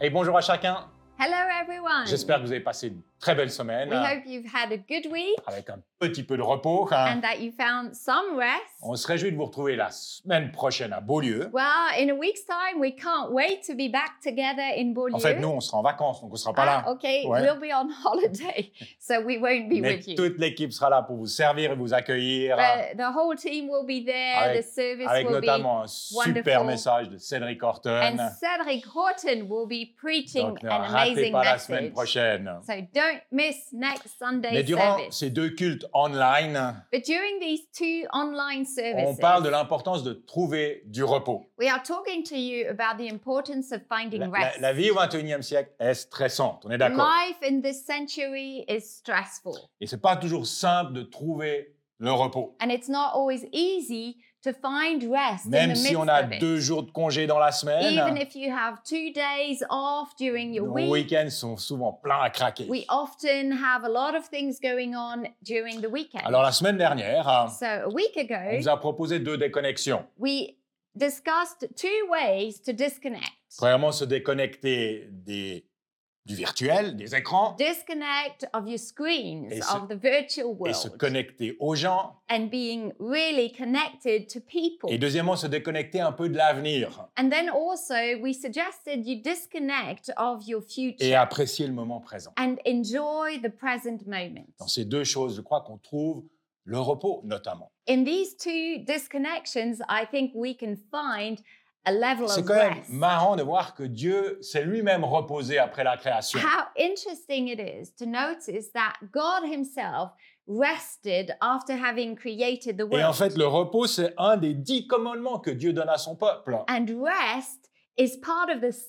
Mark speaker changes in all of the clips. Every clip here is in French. Speaker 1: Et bonjour à chacun.
Speaker 2: Hello, everyone.
Speaker 1: J'espère que vous avez passé une très belle semaine hein,
Speaker 2: We hope you've had a good week
Speaker 1: avec un petit peu de repos. hein.
Speaker 2: and that you found some rest.
Speaker 1: Ah. On se réjouit de vous retrouver la semaine prochaine à Beaulieu.
Speaker 2: Well, in a week's time, we can't wait to be back together in Beaulieu.
Speaker 1: En fait, nous, on sera en vacances, donc on ne sera pas
Speaker 2: Ah,
Speaker 1: là.
Speaker 2: okay,
Speaker 1: Ouais.
Speaker 2: we'll be on holiday, so we won't be
Speaker 1: Mais
Speaker 2: with you.
Speaker 1: toute l'équipe sera là pour vous servir et vous accueillir. hein,
Speaker 2: But the whole team will be there.
Speaker 1: Avec-
Speaker 2: the service
Speaker 1: Avec
Speaker 2: will be
Speaker 1: notamment un super
Speaker 2: wonderful.
Speaker 1: message de Cédric Horton.
Speaker 2: And Cedric Horton will be preaching
Speaker 1: Donc ne
Speaker 2: an
Speaker 1: ratez
Speaker 2: amazing
Speaker 1: pas la semaine
Speaker 2: message.
Speaker 1: prochaine.
Speaker 2: So don't miss next
Speaker 1: Mais
Speaker 2: Sunday's
Speaker 1: durant
Speaker 2: service.
Speaker 1: ces deux cultes online,
Speaker 2: But during these two online
Speaker 1: on
Speaker 2: services,
Speaker 1: parle de l'importance de trouver du repos.
Speaker 2: we are talking to you about the importance of finding
Speaker 1: La, la-
Speaker 2: rest.
Speaker 1: la vie au 21e siècle est stressante, on est d'accord.
Speaker 2: Life in this century is stressful,
Speaker 1: Et c'est pas toujours simple de trouver le repos.
Speaker 2: and it's not always easy to find rest in the
Speaker 1: Même
Speaker 2: midst
Speaker 1: si on a
Speaker 2: of it.
Speaker 1: deux jours de congé dans la
Speaker 2: Even
Speaker 1: semaine,
Speaker 2: if you have two days off during your
Speaker 1: nos
Speaker 2: week,
Speaker 1: week-ends sont souvent pleins à craquer.
Speaker 2: we often have a lot of things going on during the weekend.
Speaker 1: Alors la semaine dernière, hein,
Speaker 2: so a week
Speaker 1: on
Speaker 2: ago,
Speaker 1: vous a proposé deux déconnexions.
Speaker 2: we discussed two ways to disconnect.
Speaker 1: Premièrement, se déconnecter des, du virtuel, des écrans,
Speaker 2: Disconnect of your screens
Speaker 1: Et se-
Speaker 2: of the virtual
Speaker 1: et se
Speaker 2: world
Speaker 1: connecter aux gens.
Speaker 2: and being really connected to people.
Speaker 1: Et deuxièmement, se déconnecter un peu de l'avenir
Speaker 2: And then also, we suggested you disconnect of your future
Speaker 1: et apprécier le moment présent.
Speaker 2: and enjoy the present moment.
Speaker 1: Dans ces deux choses, je crois qu'on trouve le repos notamment.
Speaker 2: In these two disconnections, I think we can find a level
Speaker 1: C'est
Speaker 2: of
Speaker 1: quand même
Speaker 2: rest.
Speaker 1: marrant de voir que Dieu s'est lui-même reposé après la création.
Speaker 2: How interesting it is to notice that God Himself rested after having created the
Speaker 1: Et en
Speaker 2: world.
Speaker 1: fait, le repos, c'est un des dix commandements que Dieu donne à son peuple.
Speaker 2: And rest is part of the s-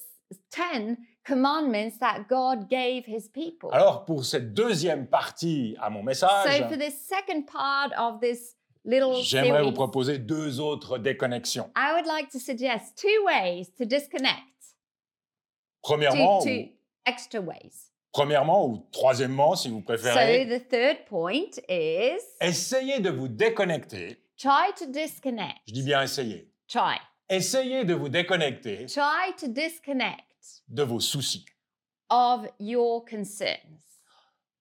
Speaker 2: 10 commandments that God gave His people.
Speaker 1: Alors, pour cette deuxième partie à mon message,
Speaker 2: So, for the second part of this little
Speaker 1: j'aimerais vous
Speaker 2: series,
Speaker 1: proposer deux autres déconnexions.
Speaker 2: I would like to suggest two ways to disconnect, two,
Speaker 1: Premièrement,
Speaker 2: two
Speaker 1: ou,
Speaker 2: extra ways.
Speaker 1: premièrement ou troisièmement, si vous
Speaker 2: So,
Speaker 1: préférez,
Speaker 2: the third point is
Speaker 1: Eh. essayez de vous déconnecter.
Speaker 2: try to disconnect.
Speaker 1: Je dis bien essayez.
Speaker 2: Try.
Speaker 1: Essayez de vous déconnecter
Speaker 2: Try to disconnect
Speaker 1: de vos soucis.
Speaker 2: of your concerns.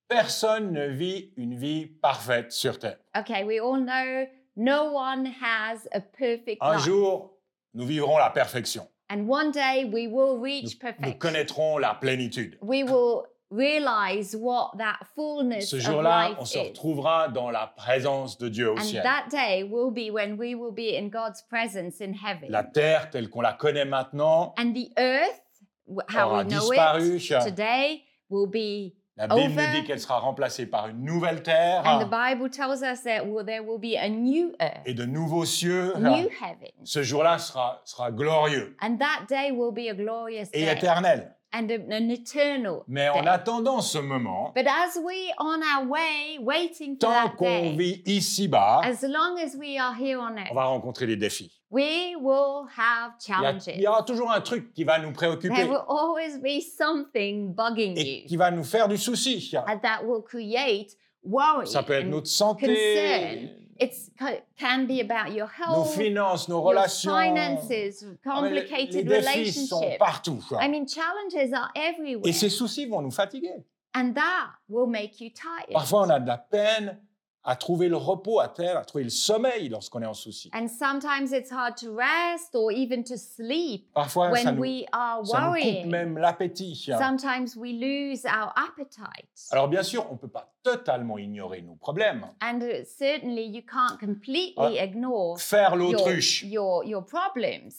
Speaker 1: Personne ne vit une vie parfaite sur Terre.
Speaker 2: Okay, we all know no one has a perfect
Speaker 1: Un
Speaker 2: life.
Speaker 1: jour, nous vivrons la perfection.
Speaker 2: and one day we will reach
Speaker 1: Nous
Speaker 2: perfection.
Speaker 1: connaîtrons la plénitude.
Speaker 2: We will realize what that fullness
Speaker 1: Ce
Speaker 2: of
Speaker 1: jour-là,
Speaker 2: life
Speaker 1: on se
Speaker 2: is.
Speaker 1: retrouvera dans la présence de Dieu au
Speaker 2: And
Speaker 1: ciel.
Speaker 2: that day will be when we will be in God's presence in heaven.
Speaker 1: La terre telle qu'on la connaît maintenant
Speaker 2: And the earth, w- how
Speaker 1: aura
Speaker 2: we know
Speaker 1: disparu.
Speaker 2: it today, will be.
Speaker 1: La Bible nous
Speaker 2: over.
Speaker 1: dit qu'elle sera remplacée par une nouvelle terre
Speaker 2: And the Bible tells us that well, there will be a new earth,
Speaker 1: et de nouveaux cieux. Ah,
Speaker 2: new heaven.
Speaker 1: Ce jour-là sera, sera glorieux
Speaker 2: And that day will be a glorious
Speaker 1: et
Speaker 2: day
Speaker 1: éternel.
Speaker 2: and a- an eternal
Speaker 1: Mais en
Speaker 2: day.
Speaker 1: attendant ce moment,
Speaker 2: But as we on our way, waiting for
Speaker 1: tant
Speaker 2: that
Speaker 1: qu'on
Speaker 2: day,
Speaker 1: vit ici-bas,
Speaker 2: as long as we are here on
Speaker 1: on
Speaker 2: earth,
Speaker 1: va rencontrer des défis.
Speaker 2: we will have
Speaker 1: Il y, a- il y
Speaker 2: challenges.
Speaker 1: aura toujours un truc qui va nous
Speaker 2: There
Speaker 1: préoccuper
Speaker 2: will always be something bugging
Speaker 1: et
Speaker 2: you.
Speaker 1: qui va nous faire du souci.
Speaker 2: and that will create worry.
Speaker 1: Ça peut être
Speaker 2: and
Speaker 1: notre
Speaker 2: concern.
Speaker 1: santé,
Speaker 2: It's ca- can be about your
Speaker 1: nos
Speaker 2: health,
Speaker 1: finances, nos
Speaker 2: your
Speaker 1: relations.
Speaker 2: finances,
Speaker 1: Ah, mais le- les
Speaker 2: complicated
Speaker 1: défis sont
Speaker 2: relationships.
Speaker 1: partout. quoi.
Speaker 2: I mean, challenges are everywhere,
Speaker 1: Et ces soucis vont nous fatiguer.
Speaker 2: and that will make you tired.
Speaker 1: Parfois, on a de la peine à trouver le repos à terre, à trouver le sommeil lorsqu'on est en souci.
Speaker 2: And sometimes it's hard to rest or even to sleep
Speaker 1: Parfois, ça
Speaker 2: when
Speaker 1: nous,
Speaker 2: we are
Speaker 1: ça nous coupe
Speaker 2: worrying.
Speaker 1: même l'appétit.
Speaker 2: Sometimes we lose our appetite.
Speaker 1: Alors, bien sûr, on ne peut pas totalement ignorer nos problèmes.
Speaker 2: and uh, certainly you can't completely
Speaker 1: Ah,
Speaker 2: ignore
Speaker 1: Faire
Speaker 2: your,
Speaker 1: l'autruche,
Speaker 2: your your problems.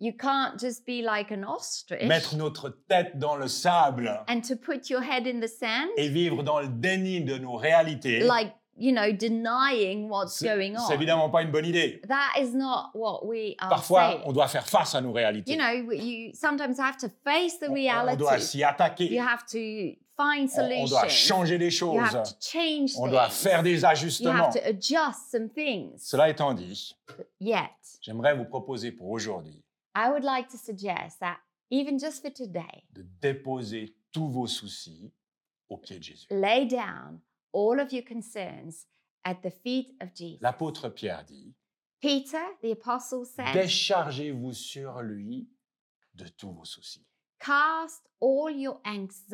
Speaker 2: You can't just be like an ostrich
Speaker 1: mettre notre tête dans le sable
Speaker 2: and to put your head in the sand,
Speaker 1: et vivre dans le déni de nos réalités,
Speaker 2: like you know, denying what's
Speaker 1: c'est
Speaker 2: going on.
Speaker 1: c'est évidemment pas une bonne idée.
Speaker 2: That is not what we are
Speaker 1: Parfois,
Speaker 2: saying.
Speaker 1: on doit faire face à nos
Speaker 2: You
Speaker 1: réalités.
Speaker 2: know, you sometimes have to face the
Speaker 1: On- on,
Speaker 2: reality.
Speaker 1: doit s'y attaquer.
Speaker 2: you have to find
Speaker 1: On, on doit
Speaker 2: solutions.
Speaker 1: changer des
Speaker 2: you have
Speaker 1: choses.
Speaker 2: to change
Speaker 1: On
Speaker 2: things.
Speaker 1: doit faire des
Speaker 2: you have
Speaker 1: ajustements.
Speaker 2: to adjust some things.
Speaker 1: Cela étant dit,
Speaker 2: Yet,
Speaker 1: j'aimerais vous proposer pour aujourd'hui
Speaker 2: I would like to suggest that even just for today,
Speaker 1: de déposer tous vos soucis aux pieds de Jésus.
Speaker 2: lay down all of your concerns at the feet of Jesus.
Speaker 1: L'apôtre Pierre dit,
Speaker 2: Peter, the apostle, said,
Speaker 1: déchargez-vous sur lui de tous vos soucis.
Speaker 2: Cast all your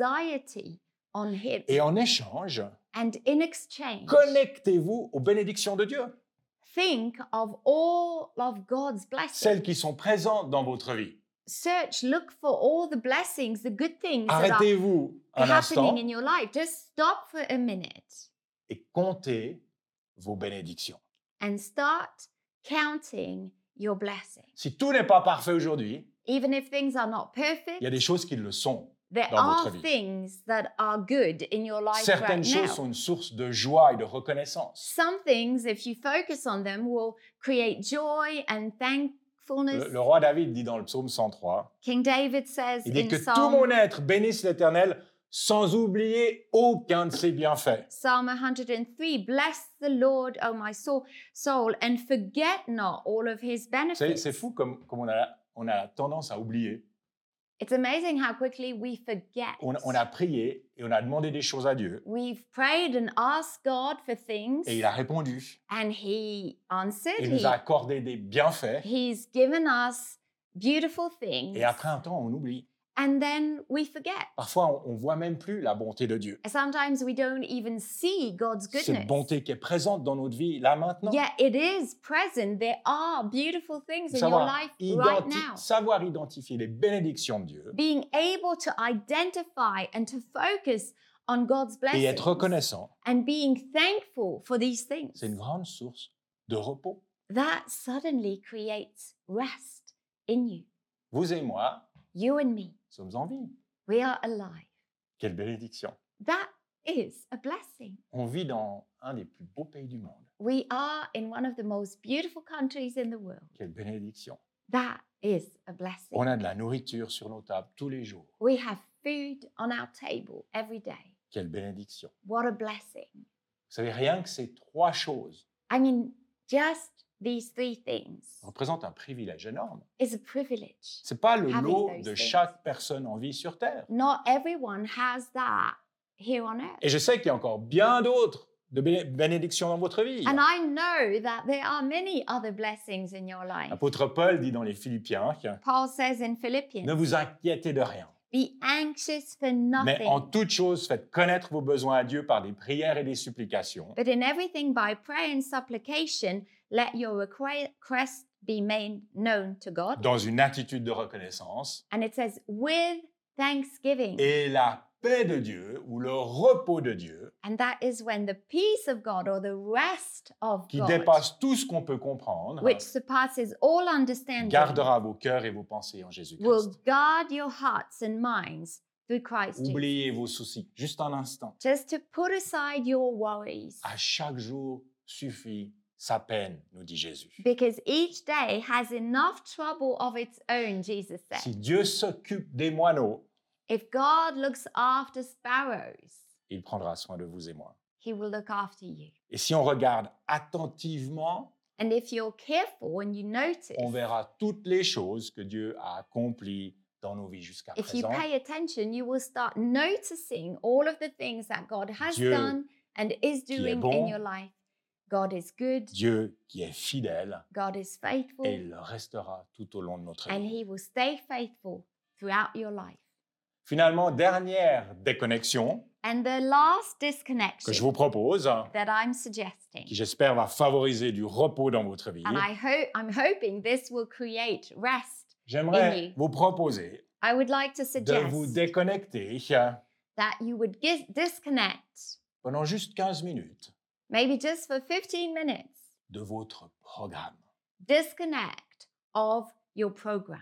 Speaker 2: anxiety on Him.
Speaker 1: Et en échange,
Speaker 2: And in exchange,
Speaker 1: connectez-vous aux bénédictions de Dieu,
Speaker 2: think of all of God's blessings.
Speaker 1: celles qui sont présentes dans votre vie.
Speaker 2: Search, look for all the blessings, the good things that are
Speaker 1: Arrêtez-vous un instant
Speaker 2: happening in your life. Just stop for a minute
Speaker 1: et comptez vos bénédictions.
Speaker 2: and start counting your blessings.
Speaker 1: Si tout n'est pas parfait aujourd'hui,
Speaker 2: Even if things are not
Speaker 1: il y a
Speaker 2: perfect,
Speaker 1: des choses qui le sont.
Speaker 2: there
Speaker 1: dans
Speaker 2: are
Speaker 1: votre vie.
Speaker 2: things that are good in your life
Speaker 1: Certaines
Speaker 2: right now.
Speaker 1: choses sont une source de joie et de reconnaissance.
Speaker 2: Some things, if you focus on them, will create joy and thankfulness.
Speaker 1: Le, le roi David dit dans le psaume 103,
Speaker 2: King David says
Speaker 1: il dit
Speaker 2: in
Speaker 1: que tout
Speaker 2: Psalm,
Speaker 1: mon être bénisse l'Éternel sans oublier aucun de ses bienfaits.
Speaker 2: Psalm 103, Bless the Lord, O my soul, soul, and forget not all of his
Speaker 1: Vous savez,
Speaker 2: benefits.
Speaker 1: C'est fou comme, comme on, a, on a tendance à oublier.
Speaker 2: It's amazing how quickly we forget.
Speaker 1: On, on a prié et on a demandé des choses à Dieu
Speaker 2: We've prayed and asked God for things,
Speaker 1: et il a répondu.
Speaker 2: and he answered.
Speaker 1: Il
Speaker 2: He,
Speaker 1: nous a accordé des bienfaits
Speaker 2: he's given us beautiful things,
Speaker 1: et après un temps, on oublie.
Speaker 2: and then we forget.
Speaker 1: Parfois, on ne voit même plus la bonté de Dieu.
Speaker 2: Sometimes we don't even see God's
Speaker 1: Cette
Speaker 2: goodness.
Speaker 1: bonté qui est présente dans notre vie, là maintenant.
Speaker 2: Yeah, it is present. There are beautiful things in your
Speaker 1: savoir,
Speaker 2: life right
Speaker 1: identi-
Speaker 2: now.
Speaker 1: savoir identifier les bénédictions de Dieu
Speaker 2: Being able to identify and to focus on God's
Speaker 1: et être
Speaker 2: blessings
Speaker 1: reconnaissant,
Speaker 2: and being thankful for these things,
Speaker 1: c'est une grande source de repos.
Speaker 2: that suddenly creates rest in you.
Speaker 1: Vous et moi
Speaker 2: You and me,
Speaker 1: sommes en vie.
Speaker 2: we are alive.
Speaker 1: Quelle bénédiction.
Speaker 2: That is a blessing.
Speaker 1: On vit dans un des plus beaux pays du monde.
Speaker 2: We are in one of the most beautiful countries in the world.
Speaker 1: Quelle bénédiction.
Speaker 2: That is a blessing.
Speaker 1: On a de la nourriture sur nos tables tous les jours.
Speaker 2: We have food on our table every day.
Speaker 1: Quelle bénédiction.
Speaker 2: What a blessing.
Speaker 1: Vous savez, rien que ces trois choses
Speaker 2: I mean, just these three things
Speaker 1: représentent un privilège énorme.
Speaker 2: is a privilege.
Speaker 1: C'est pas le
Speaker 2: Having
Speaker 1: lot
Speaker 2: those
Speaker 1: de
Speaker 2: things.
Speaker 1: chaque personne en vie sur Terre.
Speaker 2: Not everyone has that here on earth.
Speaker 1: Et je sais qu'il y a encore bien d'autres de bé- bénédictions dans votre vie.
Speaker 2: And I know that there are many other blessings in your life.
Speaker 1: L'apôtre Paul dit dans les Philippiens que
Speaker 2: Paul says in Philippians,
Speaker 1: ne vous inquiétez de rien,
Speaker 2: be anxious for
Speaker 1: mais en
Speaker 2: nothing,
Speaker 1: toute chose faites connaître vos besoins à Dieu par des prières et des supplications.
Speaker 2: but in everything by prayer and supplication, let your request be made known to God.
Speaker 1: Dans une attitude de reconnaissance,
Speaker 2: And it says, with thanksgiving.
Speaker 1: et la paix de Dieu ou le repos de Dieu,
Speaker 2: And that is when the peace of God or the rest of
Speaker 1: qui
Speaker 2: God,
Speaker 1: dépasse tout ce qu'on peut comprendre,
Speaker 2: which surpasses all understanding,
Speaker 1: gardera vos cœurs et vos pensées en Jésus-Christ.
Speaker 2: will guard your hearts and minds through Christ Jesus.
Speaker 1: Oubliez vos soucis, juste un instant.
Speaker 2: Just to put aside your worries,
Speaker 1: À chaque jour suffit sa peine, nous dit Jésus.
Speaker 2: because each day has enough trouble of its own, Jesus said.
Speaker 1: Si Dieu s'occupe des moineaux,
Speaker 2: If God looks after sparrows,
Speaker 1: il prendra soin de vous et moi.
Speaker 2: he will look after you.
Speaker 1: Et si on regarde attentivement,
Speaker 2: And if you're careful and you notice,
Speaker 1: on verra toutes les choses que Dieu a accomplies dans nos vies jusqu'à
Speaker 2: if you
Speaker 1: présent.
Speaker 2: pay attention, you will start noticing all of the things that God has
Speaker 1: Dieu,
Speaker 2: done and is
Speaker 1: qui est
Speaker 2: doing
Speaker 1: bon.
Speaker 2: in your life. God is good,
Speaker 1: Dieu qui est fidèle
Speaker 2: God is faithful,
Speaker 1: et il le restera tout au long de notre
Speaker 2: Oh. and
Speaker 1: vie.
Speaker 2: He will stay faithful throughout your life.
Speaker 1: Finalement, dernière déconnexion
Speaker 2: And the last disconnection
Speaker 1: que je vous propose,
Speaker 2: that I'm suggesting,
Speaker 1: qui j'espère va favoriser du repos dans votre vie,
Speaker 2: and I hope I'm hoping this will create rest. in
Speaker 1: j'aimerais
Speaker 2: you.
Speaker 1: vous proposer
Speaker 2: I would like to
Speaker 1: de vous
Speaker 2: suggest
Speaker 1: déconnecter euh,
Speaker 2: that you would gis- disconnect,
Speaker 1: pendant juste 15 minutes
Speaker 2: maybe just for 15 minutes,
Speaker 1: de votre programme
Speaker 2: disconnect of your program.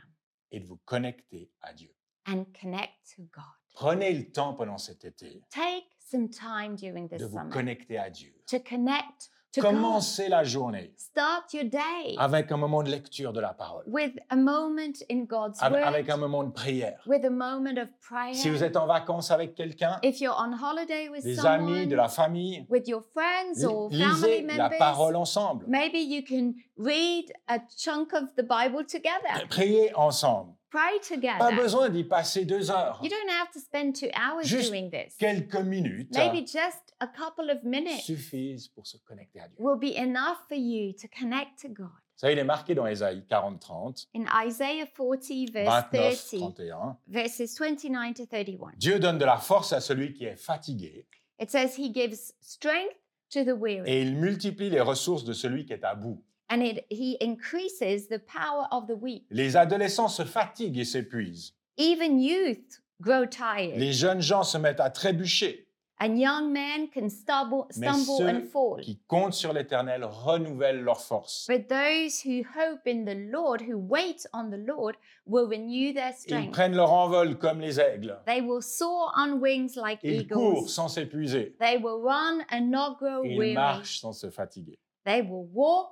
Speaker 1: et de vous connecter à Dieu.
Speaker 2: and connect to God.
Speaker 1: Prenez le temps pendant cet été
Speaker 2: Take some time during this
Speaker 1: de vous
Speaker 2: summer
Speaker 1: connecter à Dieu.
Speaker 2: to connect to God.
Speaker 1: Commencez la journée
Speaker 2: Start your day
Speaker 1: avec un moment de lecture de la parole,
Speaker 2: with a moment in God's
Speaker 1: av-
Speaker 2: Word,
Speaker 1: avec un moment de prière.
Speaker 2: with a moment of prayer.
Speaker 1: Si vous êtes en vacances avec quelqu'un,
Speaker 2: if you're on holiday with
Speaker 1: des
Speaker 2: someone,
Speaker 1: amis, de la famille,
Speaker 2: with your friends or
Speaker 1: li-
Speaker 2: family
Speaker 1: lisez la
Speaker 2: members,
Speaker 1: parole ensemble.
Speaker 2: maybe you can read a chunk of the Bible together.
Speaker 1: Euh, Priez ensemble.
Speaker 2: Pray
Speaker 1: Eh, Pas
Speaker 2: together.
Speaker 1: besoin d'y passer deux heures,
Speaker 2: Ah, You don't have to spend two hours
Speaker 1: Juste
Speaker 2: doing this.
Speaker 1: quelques minutes
Speaker 2: Maybe just a couple of minutes
Speaker 1: suffisent pour se connecter à Dieu.
Speaker 2: will be enough for you to connect to God.
Speaker 1: savez, il est marqué dans Ésaïe 40-30,
Speaker 2: In Isaiah 40, verse 30,
Speaker 1: 29-31.
Speaker 2: verses 29 to 31,
Speaker 1: Dieu donne de la force à celui qui est fatigué
Speaker 2: it says, He gives strength to the weary,
Speaker 1: et il multiplie les ressources de celui qui est à bout.
Speaker 2: and it, He increases the power of the weak.
Speaker 1: Les adolescents se fatiguent et s'épuisent.
Speaker 2: Even youth grow tired,
Speaker 1: Les jeunes gens se mettent à trébucher.
Speaker 2: and young men can stumble,
Speaker 1: Mais
Speaker 2: stumble
Speaker 1: ceux
Speaker 2: and fall.
Speaker 1: Qui comptent sur l'Éternel renouvellent leurs forces.
Speaker 2: But those who hope in the Lord, who wait on the Lord, will renew their
Speaker 1: Ils
Speaker 2: strength.
Speaker 1: prennent leur envol comme les aigles.
Speaker 2: They will soar on wings like
Speaker 1: Ils courent
Speaker 2: eagles. Oh,
Speaker 1: sans s'épuiser.
Speaker 2: They will run and not grow
Speaker 1: Ils
Speaker 2: weary.
Speaker 1: marchent sans se fatiguer.
Speaker 2: They will walk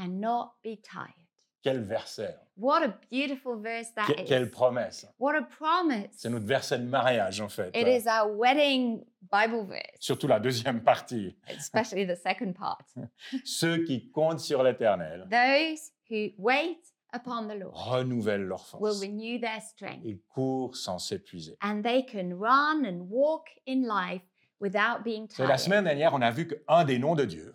Speaker 2: and not be tired.
Speaker 1: Quel verset, hein.
Speaker 2: What a beautiful verse that is!
Speaker 1: Que- quelle promesse. hein.
Speaker 2: What a promise.
Speaker 1: C'est notre verset de mariage, en fait.
Speaker 2: It
Speaker 1: Euh,
Speaker 2: is our wedding Bible verse,
Speaker 1: Surtout la deuxième partie.
Speaker 2: especially the second part.
Speaker 1: Ceux qui comptent sur l'Éternel
Speaker 2: Those who wait upon the Lord
Speaker 1: renouvellent leurs
Speaker 2: will
Speaker 1: forces.
Speaker 2: renew their strength,
Speaker 1: Ils courent sans s'épuiser.
Speaker 2: and they can run and walk in life without being
Speaker 1: C'est la
Speaker 2: tired.
Speaker 1: semaine dernière, on a vu qu'un des noms de Dieu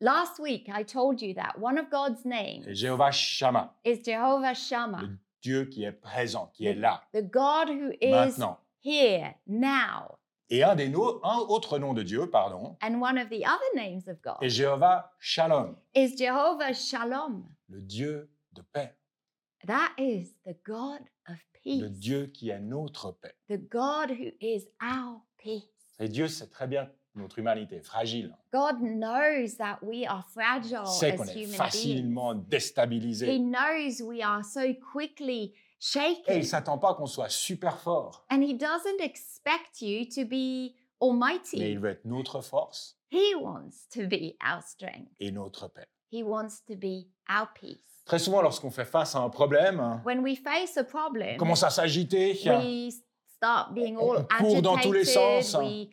Speaker 2: Last week, I told you that one of God's
Speaker 1: est
Speaker 2: names
Speaker 1: Jéhovah Shammah,
Speaker 2: is Jehovah Shammah,
Speaker 1: le Dieu qui est présent, qui est là,
Speaker 2: the God who is
Speaker 1: maintenant.
Speaker 2: here now.
Speaker 1: Et un des no- un autre nom de Dieu, pardon,
Speaker 2: And one of the other names of
Speaker 1: est
Speaker 2: God
Speaker 1: Jéhovah Shalom,
Speaker 2: is Jehovah Shalom.
Speaker 1: le Dieu de paix,
Speaker 2: That is the God of
Speaker 1: le
Speaker 2: peace,
Speaker 1: Dieu qui est notre paix.
Speaker 2: the God who is our peace.
Speaker 1: Et Dieu sait très bien notre humanité fragile.
Speaker 2: God knows that we are fragile
Speaker 1: Il sait qu'on
Speaker 2: Oh, as
Speaker 1: est
Speaker 2: human
Speaker 1: facilement
Speaker 2: beings. He
Speaker 1: déstabilisé.
Speaker 2: knows we are so quickly
Speaker 1: Et il
Speaker 2: shaken,
Speaker 1: ne s'attend pas qu'on soit super fort,
Speaker 2: and He doesn't expect you to
Speaker 1: mais
Speaker 2: be
Speaker 1: il
Speaker 2: almighty.
Speaker 1: veut être notre force
Speaker 2: He wants to be our strength.
Speaker 1: et notre paix.
Speaker 2: He wants to be our peace.
Speaker 1: Très souvent, lorsqu'on fait face à un problème, hein,
Speaker 2: When we face a
Speaker 1: on
Speaker 2: problem,
Speaker 1: commence à s'agiter,
Speaker 2: we start being all
Speaker 1: On court dans tous les
Speaker 2: agitated,
Speaker 1: sens.
Speaker 2: we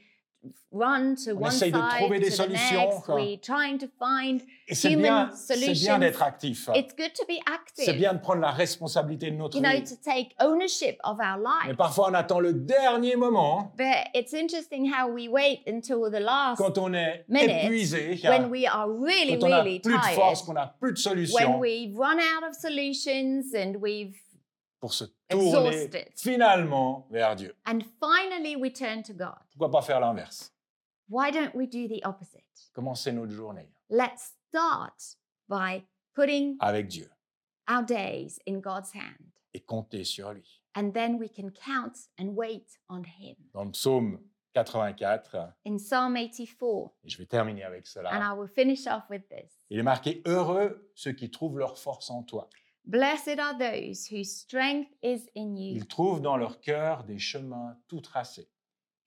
Speaker 2: run to
Speaker 1: On
Speaker 2: one
Speaker 1: essaye
Speaker 2: side,
Speaker 1: de trouver des
Speaker 2: to
Speaker 1: solutions,
Speaker 2: the next,
Speaker 1: quoi.
Speaker 2: we trying to find.
Speaker 1: et c'est
Speaker 2: human
Speaker 1: bien, c'est
Speaker 2: solutions.
Speaker 1: bien d'être actif.
Speaker 2: It's good to be active,
Speaker 1: C'est bien de prendre la responsabilité de notre
Speaker 2: you know,
Speaker 1: vie.
Speaker 2: to take ownership of our
Speaker 1: Mais
Speaker 2: life.
Speaker 1: parfois, on attend le dernier moment,
Speaker 2: But it's interesting how we wait until the last
Speaker 1: quand on est
Speaker 2: Minute.
Speaker 1: épuisé,
Speaker 2: when we are really,
Speaker 1: quand on n'a
Speaker 2: really
Speaker 1: plus de
Speaker 2: tired,
Speaker 1: force, qu'on n'a plus de
Speaker 2: when
Speaker 1: solution,
Speaker 2: we've run out of solutions and we've
Speaker 1: pour se tourner
Speaker 2: exhausted,
Speaker 1: finalement vers Dieu.
Speaker 2: and finally we turn to God.
Speaker 1: Pourquoi pas faire l'inverse
Speaker 2: Why don't we do the opposite?
Speaker 1: Commencer notre journée
Speaker 2: Let's start by putting
Speaker 1: avec Dieu
Speaker 2: our days in God's hand,
Speaker 1: et compter sur lui.
Speaker 2: and then we can count and wait on Him.
Speaker 1: Dans le psaume 84,
Speaker 2: In Psalm 84,
Speaker 1: et je vais terminer avec
Speaker 2: and
Speaker 1: cela,
Speaker 2: I will finish off with this
Speaker 1: il est marqué Heureux ceux qui trouvent leur force en toi.
Speaker 2: Blessed are those whose strength is in you,
Speaker 1: Ils trouvent dans leur cœur des chemins tout tracés.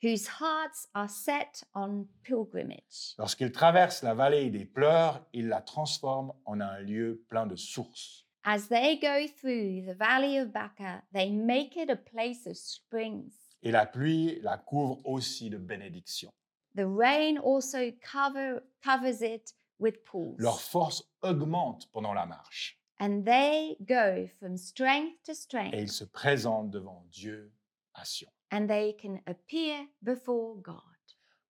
Speaker 2: whose hearts are set on pilgrimage.
Speaker 1: Lorsqu'ils traversent la vallée des pleurs, ils la transforment en un lieu plein de sources.
Speaker 2: As they go through the valley of Baca, they make it a place of springs.
Speaker 1: Et la pluie la couvre aussi de bénédictions.
Speaker 2: The rain also cover, covers it with pools.
Speaker 1: Leur force augmente pendant la marche
Speaker 2: And they go from strength
Speaker 1: et
Speaker 2: to
Speaker 1: ils
Speaker 2: strength,
Speaker 1: se présentent devant Dieu à Sion.
Speaker 2: and they can appear before God.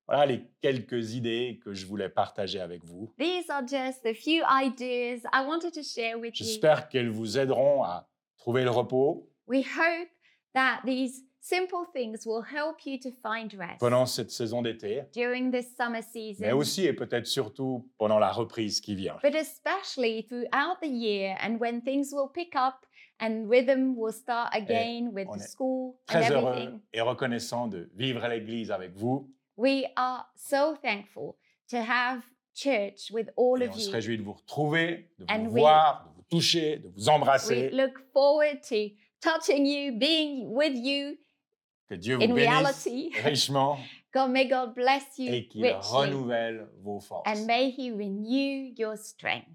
Speaker 1: Voilà les quelques idées que je voulais partager avec vous.
Speaker 2: These are just a few ideas I wanted to share with you.
Speaker 1: J'espère qu'elles vous aideront à trouver le repos
Speaker 2: We hope that these simple things will help you to find rest
Speaker 1: pendant cette saison d'été,
Speaker 2: during this summer season,
Speaker 1: mais aussi et peut-être surtout pendant la reprise qui vient.
Speaker 2: but especially throughout the year and when things will pick up and rhythm will start again with
Speaker 1: on
Speaker 2: the
Speaker 1: est
Speaker 2: school and
Speaker 1: Très heureux
Speaker 2: everything.
Speaker 1: et reconnaissant de vivre à l'Église avec vous.
Speaker 2: We are so thankful to have church with all
Speaker 1: Et
Speaker 2: of
Speaker 1: on se
Speaker 2: you.
Speaker 1: réjouit de vous retrouver, de
Speaker 2: And
Speaker 1: vous
Speaker 2: we-
Speaker 1: voir, de vous toucher, de vous
Speaker 2: We
Speaker 1: embrasser.
Speaker 2: look forward to touching you, being with you
Speaker 1: Que Dieu vous
Speaker 2: in
Speaker 1: bénisse
Speaker 2: reality.
Speaker 1: richement
Speaker 2: God, may God bless you
Speaker 1: et qu'il
Speaker 2: richly,
Speaker 1: renouvelle vos forces.
Speaker 2: and may He renew your strength.